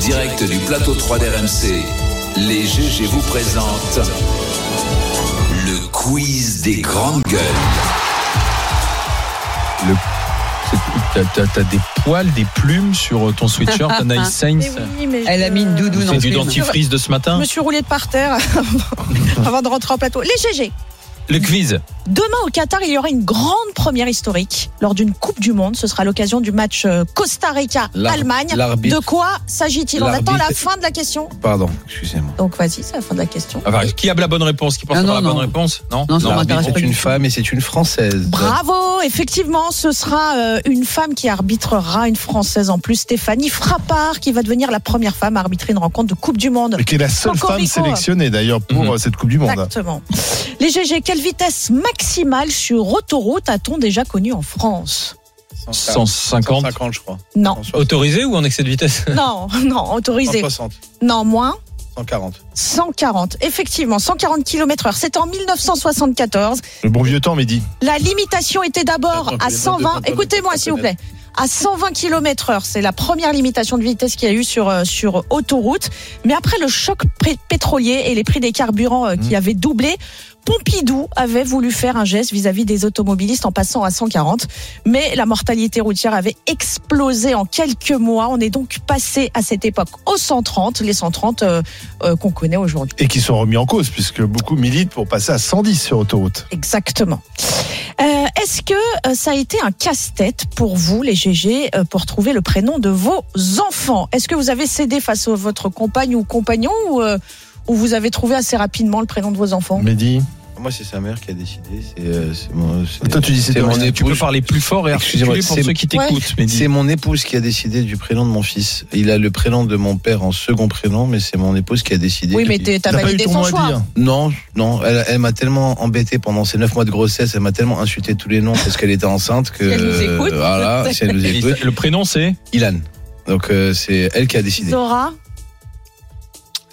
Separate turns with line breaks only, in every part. direct du plateau 3 d'RMC, les GG vous présentent le quiz des grandes gueules.
Le... T'as, t'as- t'as des poils, des plumes sur euh, ton sweatshirt, Anaïs Sainz.
Elle a mis une doudoune en
C'est du
plus.
dentifrice de ce
Je
matin.
me suis roulée de par terre avant de rentrer en plateau. Les GG.
Le quiz.
Demain au Qatar, il y aura une grande première historique lors d'une Coupe du Monde. Ce sera à l'occasion du match euh, Costa
L'ar-
Rica-Allemagne.
l'arbitre.
De quoi s'agit-il On
L'arbitre.
attend la fin de la question.
Pardon, excusez-moi.
Donc vas-y, c'est la fin de la question.
Enfin, Ah, bah, qui a la bonne réponse Qui pense
Ah,
avoir
non,
la
non.
bonne réponse Non
Non, ça
Non,
m'intéresse
arbitre.
pas
C'est
du
une
tout.
femme et c'est une française.
Bravo Effectivement, ce sera euh, une femme qui arbitrera, une Française en plus, Stéphanie Frappard, qui va devenir la première femme à arbitrer une rencontre de Coupe du Monde.
Mais qui est la seule
Cocorico.
femme sélectionnée d'ailleurs pour
Mhm.
euh, cette Coupe du Monde.
Exactement. Les GG, quelle vitesse maximale sur autoroute a-t-on déjà connue en France
150.
150, je crois.
Non.
160,
Autorisé ou en excès de vitesse
Non, non, autorisé.
160,
Non, moins
140.
140. Effectivement, 140 km heure. C'était en 1974.
Le bon vieux temps, Mehdi.
La limitation était d'abord
Attends,
à
je vais demander
120.
de
Écoutez-moi, s'il vous plaît. À 120 km heure, c'est la première limitation de vitesse qu'il y a eu sur, euh, sur autoroute. Mais après le choc pré- pétrolier et les prix des carburants euh,
Mmh.
qui avaient doublé, Pompidou avait voulu faire un geste vis-à-vis des automobilistes en passant à 140. Mais la mortalité routière avait explosé en quelques mois. On est donc passé à cette époque aux 130, les 130 euh, euh, qu'on connaît aujourd'hui.
Et qui sont remis en cause puisque beaucoup militent pour passer à 110 sur autoroute.
Exactement. Euh, Est-ce que euh, ça a été un casse-tête pour vous, les GG, euh, pour trouver le prénom de vos enfants Est-ce que vous avez cédé face à votre compagne ou compagnon ou, euh, ou vous avez trouvé assez rapidement le prénom de vos enfants
Mehdi.
Moi, c'est sa mère qui a décidé. C'est euh, c'est mon, c'est-
Toi, tu dis c'est
C'est
toi.
mon
Tu peux
épouse.
parler plus fort et
Excusez-moi,
articuler pour
c'est-
ceux qui t'écoutent. mais dis-
C'est mon épouse qui a décidé du prénom de mon fils. Il a le prénom de mon père en second prénom, mais c'est mon épouse qui a décidé.
Oui,
que-
mais t'es- t'as
T'as pas eu
validé
ton
ton
mot à
choix.
dire.
Non, non. Elle, elle m'a tellement embêté pendant ces 9 mois de grossesse. Elle m'a tellement insulté tous les noms parce qu'elle était enceinte que. euh,
Si elle nous écoute.
Voilà, si elle nous écoute.
Le prénom c'est
Ilan. Donc, euh, c'est elle qui a décidé.
Zora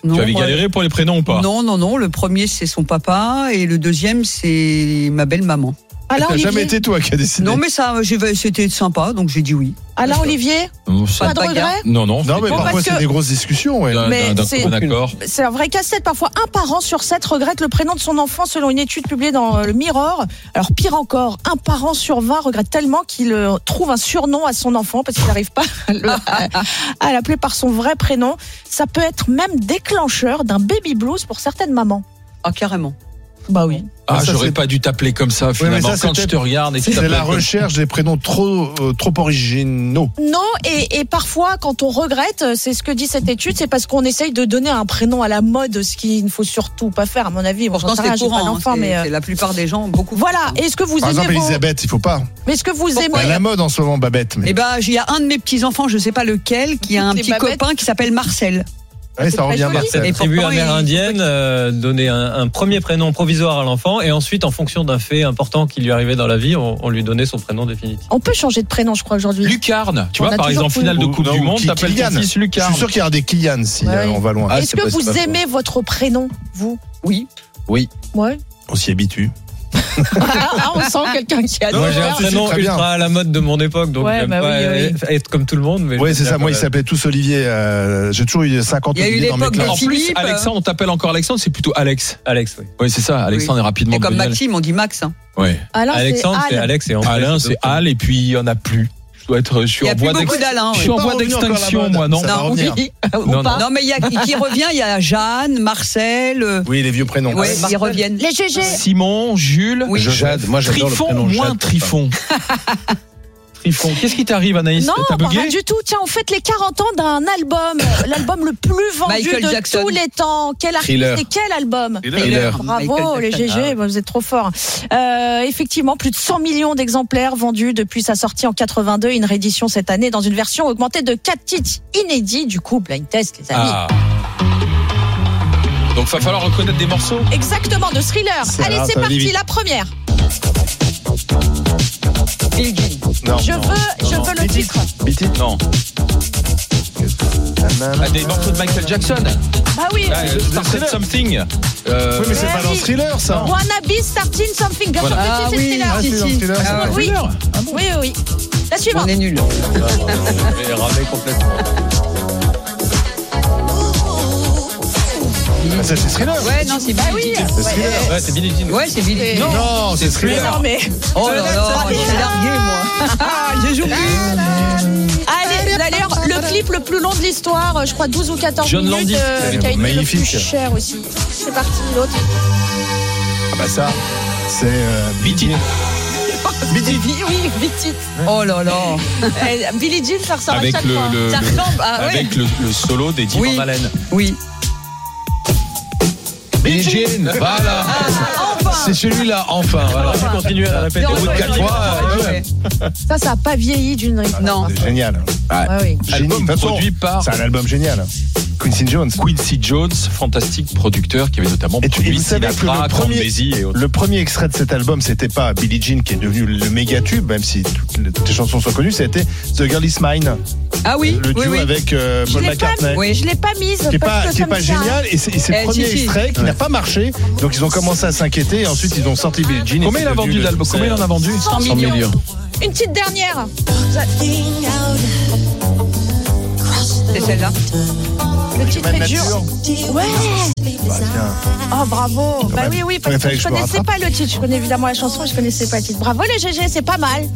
Non,
Tu avais
moi-
galéré pour les prénoms ou pas
Non, non, non. Le premier, c'est son papa. Et le deuxième, c'est ma belle-maman.
Alain
T'as
Olivier
jamais été toi qui a décidé.
Non, mais ça, j'ai- c'était sympa, donc j'ai dit oui.
Alain Olivier
Non, Hum, ça-
Pas de
bagarre.
regret
Non, non.
Non, mais
Bon,
parfois
parce
c'est
que-
des grosses discussions. ouais.
D'un-
Mais
d'un-
c'est-
d'un commun accord.
C'est un vrai casse-tête. Parfois, un parent sur sept regrette le prénom de son enfant, selon une étude publiée dans euh, le Mirror. Alors, pire encore, un parent sur 20 regrette tellement qu'il euh, trouve un surnom à son enfant parce qu'il n'arrive pas à le- à à l'appeler par son vrai prénom. Ça peut être même déclencheur d'un baby blues pour certaines mamans.
Ah, carrément.
Bah oui.
Ah,
Ça, c'est-
j'aurais pas dû t'appeler comme ça finalement.
mais ça,
Quand
c'était-
je te regarde et que
C'est
t'appelles
la
comme-
recherche des prénoms trop, euh, trop originaux.
Non, et, et parfois, quand on regrette, euh, c'est ce que dit cette étude, c'est parce qu'on essaye de donner un prénom à la mode, ce qu'il ne faut surtout pas faire, à mon avis. Bon,
Pourtant,
j'en sais rien,
c'est
j'ai pas
courant. hein,
d'enfant,
c'est-
mais. euh,
c'est La plupart des gens, beaucoup.
Voilà. Et Est-ce que vous
Par
aimez
exemple,
vos-
Elisabeth, il faut pas.
Mais est-ce que vous aimez
À la mode en ce moment, Babette. Mais
Eh ben, il y a un de mes petits-enfants, je sais pas lequel, qui a un
Les
petit
babettes.
copain qui s'appelle Marcel.
Ouais,
c'est
ça revient
pas
bien.
joli.
Cette
Et
tribu
pourtant, il-
amérindienne euh, donnait un, un premier prénom provisoire à l'enfant et ensuite, en fonction d'un fait important qui lui arrivait dans la vie, on, on lui donnait son prénom définitif.
On peut changer de prénom, je crois, aujourd'hui.
Lucarne. Tu
On
vois,
a
par
toujours
exemple,
pu-
finale de
Ou-
Coupe
non,
du Monde,
qui-
t'appelles ton
Kylian.
fils
Je suis
Lucarne.
sûr qu'il y aura des Kylian si
Ouais.
euh, on va loin.
Ah,
Est-ce
c'est
que
pas- c'est
vous
pas
aimez votre prénom, vous
Oui.
Oui.
Ouais.
On s'y habitue.
Ah, on sent quelqu'un qui a.
Non,
Moi, j'ai
non,
un
si, si,
prénom
très bien.
ultra à la mode de mon époque, donc
Ouais,
j'aime
bah
pas
oui,
être- être comme tout le monde. mais
Oui,
j'aime
c'est
bien
ça. Moi,
quand
ils
même.
s'appelaient tous Olivier. euh, J'ai toujours eu 50
Il y a eu
Olivier dans mes
l'époque de
classes.
En plus,
Philippe, euh,
Alexandre, on t'appelle encore Alexandre, c'est plutôt Alex.
Alex, oui.
Oui, c'est ça. Alexandre est rapidement
Et comme
devenu
Maxime, on dit Max. hein.
Alex. Ouais.
Alain, c'est
Alexandre, c'est
Al.
Alex et en fait,
Alain, c'est
Al.
Al, et puis il y en a plus. Je dois être, je
Il
suis
y
en
a plus
voie
beaucoup
d'ex-
d'Alains.
je
ouais.
suis en
pas
voie
revenu encore à la
d'extinction,
mode.
moi, non
Ça va
Non,
revenir.
Oui. Ou
Non,
pas.
Non, mais il y a qui revient, il y a Jeanne, Marcel. euh,
Oui, les vieux
Ah,
prénoms.
ouais, ils reviennent.
Les GG.
Ah,
Simon, Jules,
Oui.
Jade, moi j'adore le
Trifon,
prénom
moins
Jade.
Trifon. Trifon. Qu'est-ce qui t'arrive, Anaïs
Non,
T'as
pas
bugué
du tout. Tiens, on fête les 40 ans d'un album, l'album le plus vendu
Michael
de
Jackson.
tous les temps. Quel artiste
Thriller.
et quel album
Thriller.
Bravo
Michael
les
Jackson. Ah
GG, bah, vous êtes trop forts. Euh, effectivement, plus de 100 millions d'exemplaires vendus depuis sa sortie en 82, une réédition cette année dans une version augmentée de 4 titres inédits du coup Blind Test, les amis.
Ah. Donc, va falloir reconnaître des morceaux.
Exactement, de thriller.
C'est
Allez,
rare,
c'est
ça va aller
parti,
vite.
la première.
Billie Jean.
Non,
Je
non.
veux, je veux le titre.
Beat it.
Non. Ah, des morceaux de Michael Jackson.
Bah oui.
Ah, euh, Started Something. Euh,
Oui, mais c'est pas dans
Vas-y.
thriller, ça.
Wanna be starting something. Bien
Voilà.
sûr que si, c'est thriller.
Ah, c'est dans
si.
thriller, ça.
Ah, oui. oui, oui, oui. La
On
suivante.
est nuls.
mais ramé complètement.
c'est Ah, c'est thriller.
Ouais, non, c'est
Bah oui.
C'est thriller.
Ouais, c'est Billie Jean.
Ouais, c'est Billy.
Non,
Non, c'est thriller.
Non, mais.
Oh là là, je suis largué, moi. Ah, J'ai joué.
Allez, d'ailleurs, le clip le plus long de l'histoire, euh, je crois 12 ou 14
John
minutes,
Landis.
euh, qui a été
Magnifique.
le plus cher aussi. C'est parti, l'autre.
Ah bah ça, c'est. euh,
Beat It.
Billy Oui, Beat It.
Oh là là.
Euh, Billie Jean, ça ressort
Avec
à chaque
le-
fois.
le-
ça
le-
ressemble. Ah, ouais.
Euh, Avec le, le solo des Van
Oui.
Halen.
Oui.
Billie Jean, voilà.
C'est celui-là, enfin.
Alors, je continue à la répéter.
Non,
Au bout de
non,
quatre
non,
fois, euh,
Ouais.
Ça, ça a pas vieilli d'une rythme.
Non.
C'est génial.
Ouais, oui.
Génie.
Album
De toute façon,
produit par
C'est un album génial. Quincy Jones.
Quincy Jones, fantastique producteur qui avait notamment
Et tu- et
produit
vous savez que
Sinatra,
le
Count
premier-
Basie et autres.
Le premier extrait de cet album, c'était pas Billie Jean qui est devenu le méga tube, même si toutes les, toutes les chansons sont connues, c'était The Girl Is Mine,
Ah oui,
le duo
oui, oui.
avec euh,
Je
Paul
l'ai pas,
McCartney.
Oui.
je l'ai pas mise.
Qui est
parce
pas,
que
qui est
ça me
pas
sert à rien.
génial, et c'est et c'est le
Eh,
premier
si, si.
extrait qui n'a pas marché, donc ils ont commencé à s'inquiéter, et ensuite ils ont sorti Billie Jean. et
Combien
c'est
il a
devenu
vendu
le
d'albums
succès.
Combien il en a vendu
100
100
millions.
millions.
Une petite dernière.
C'est celle-là.
Le titre
Human
est dur.
Nature.
Ouais.
Bah, tiens.
Oh, bravo. Bah
même.
oui, oui, parce
Ouais,
que
fallait
je
que je me
connaissais pas le titre. Je connais évidemment la chanson, mais je connaissais pas le titre. Bravo, les GG, c'est pas mal.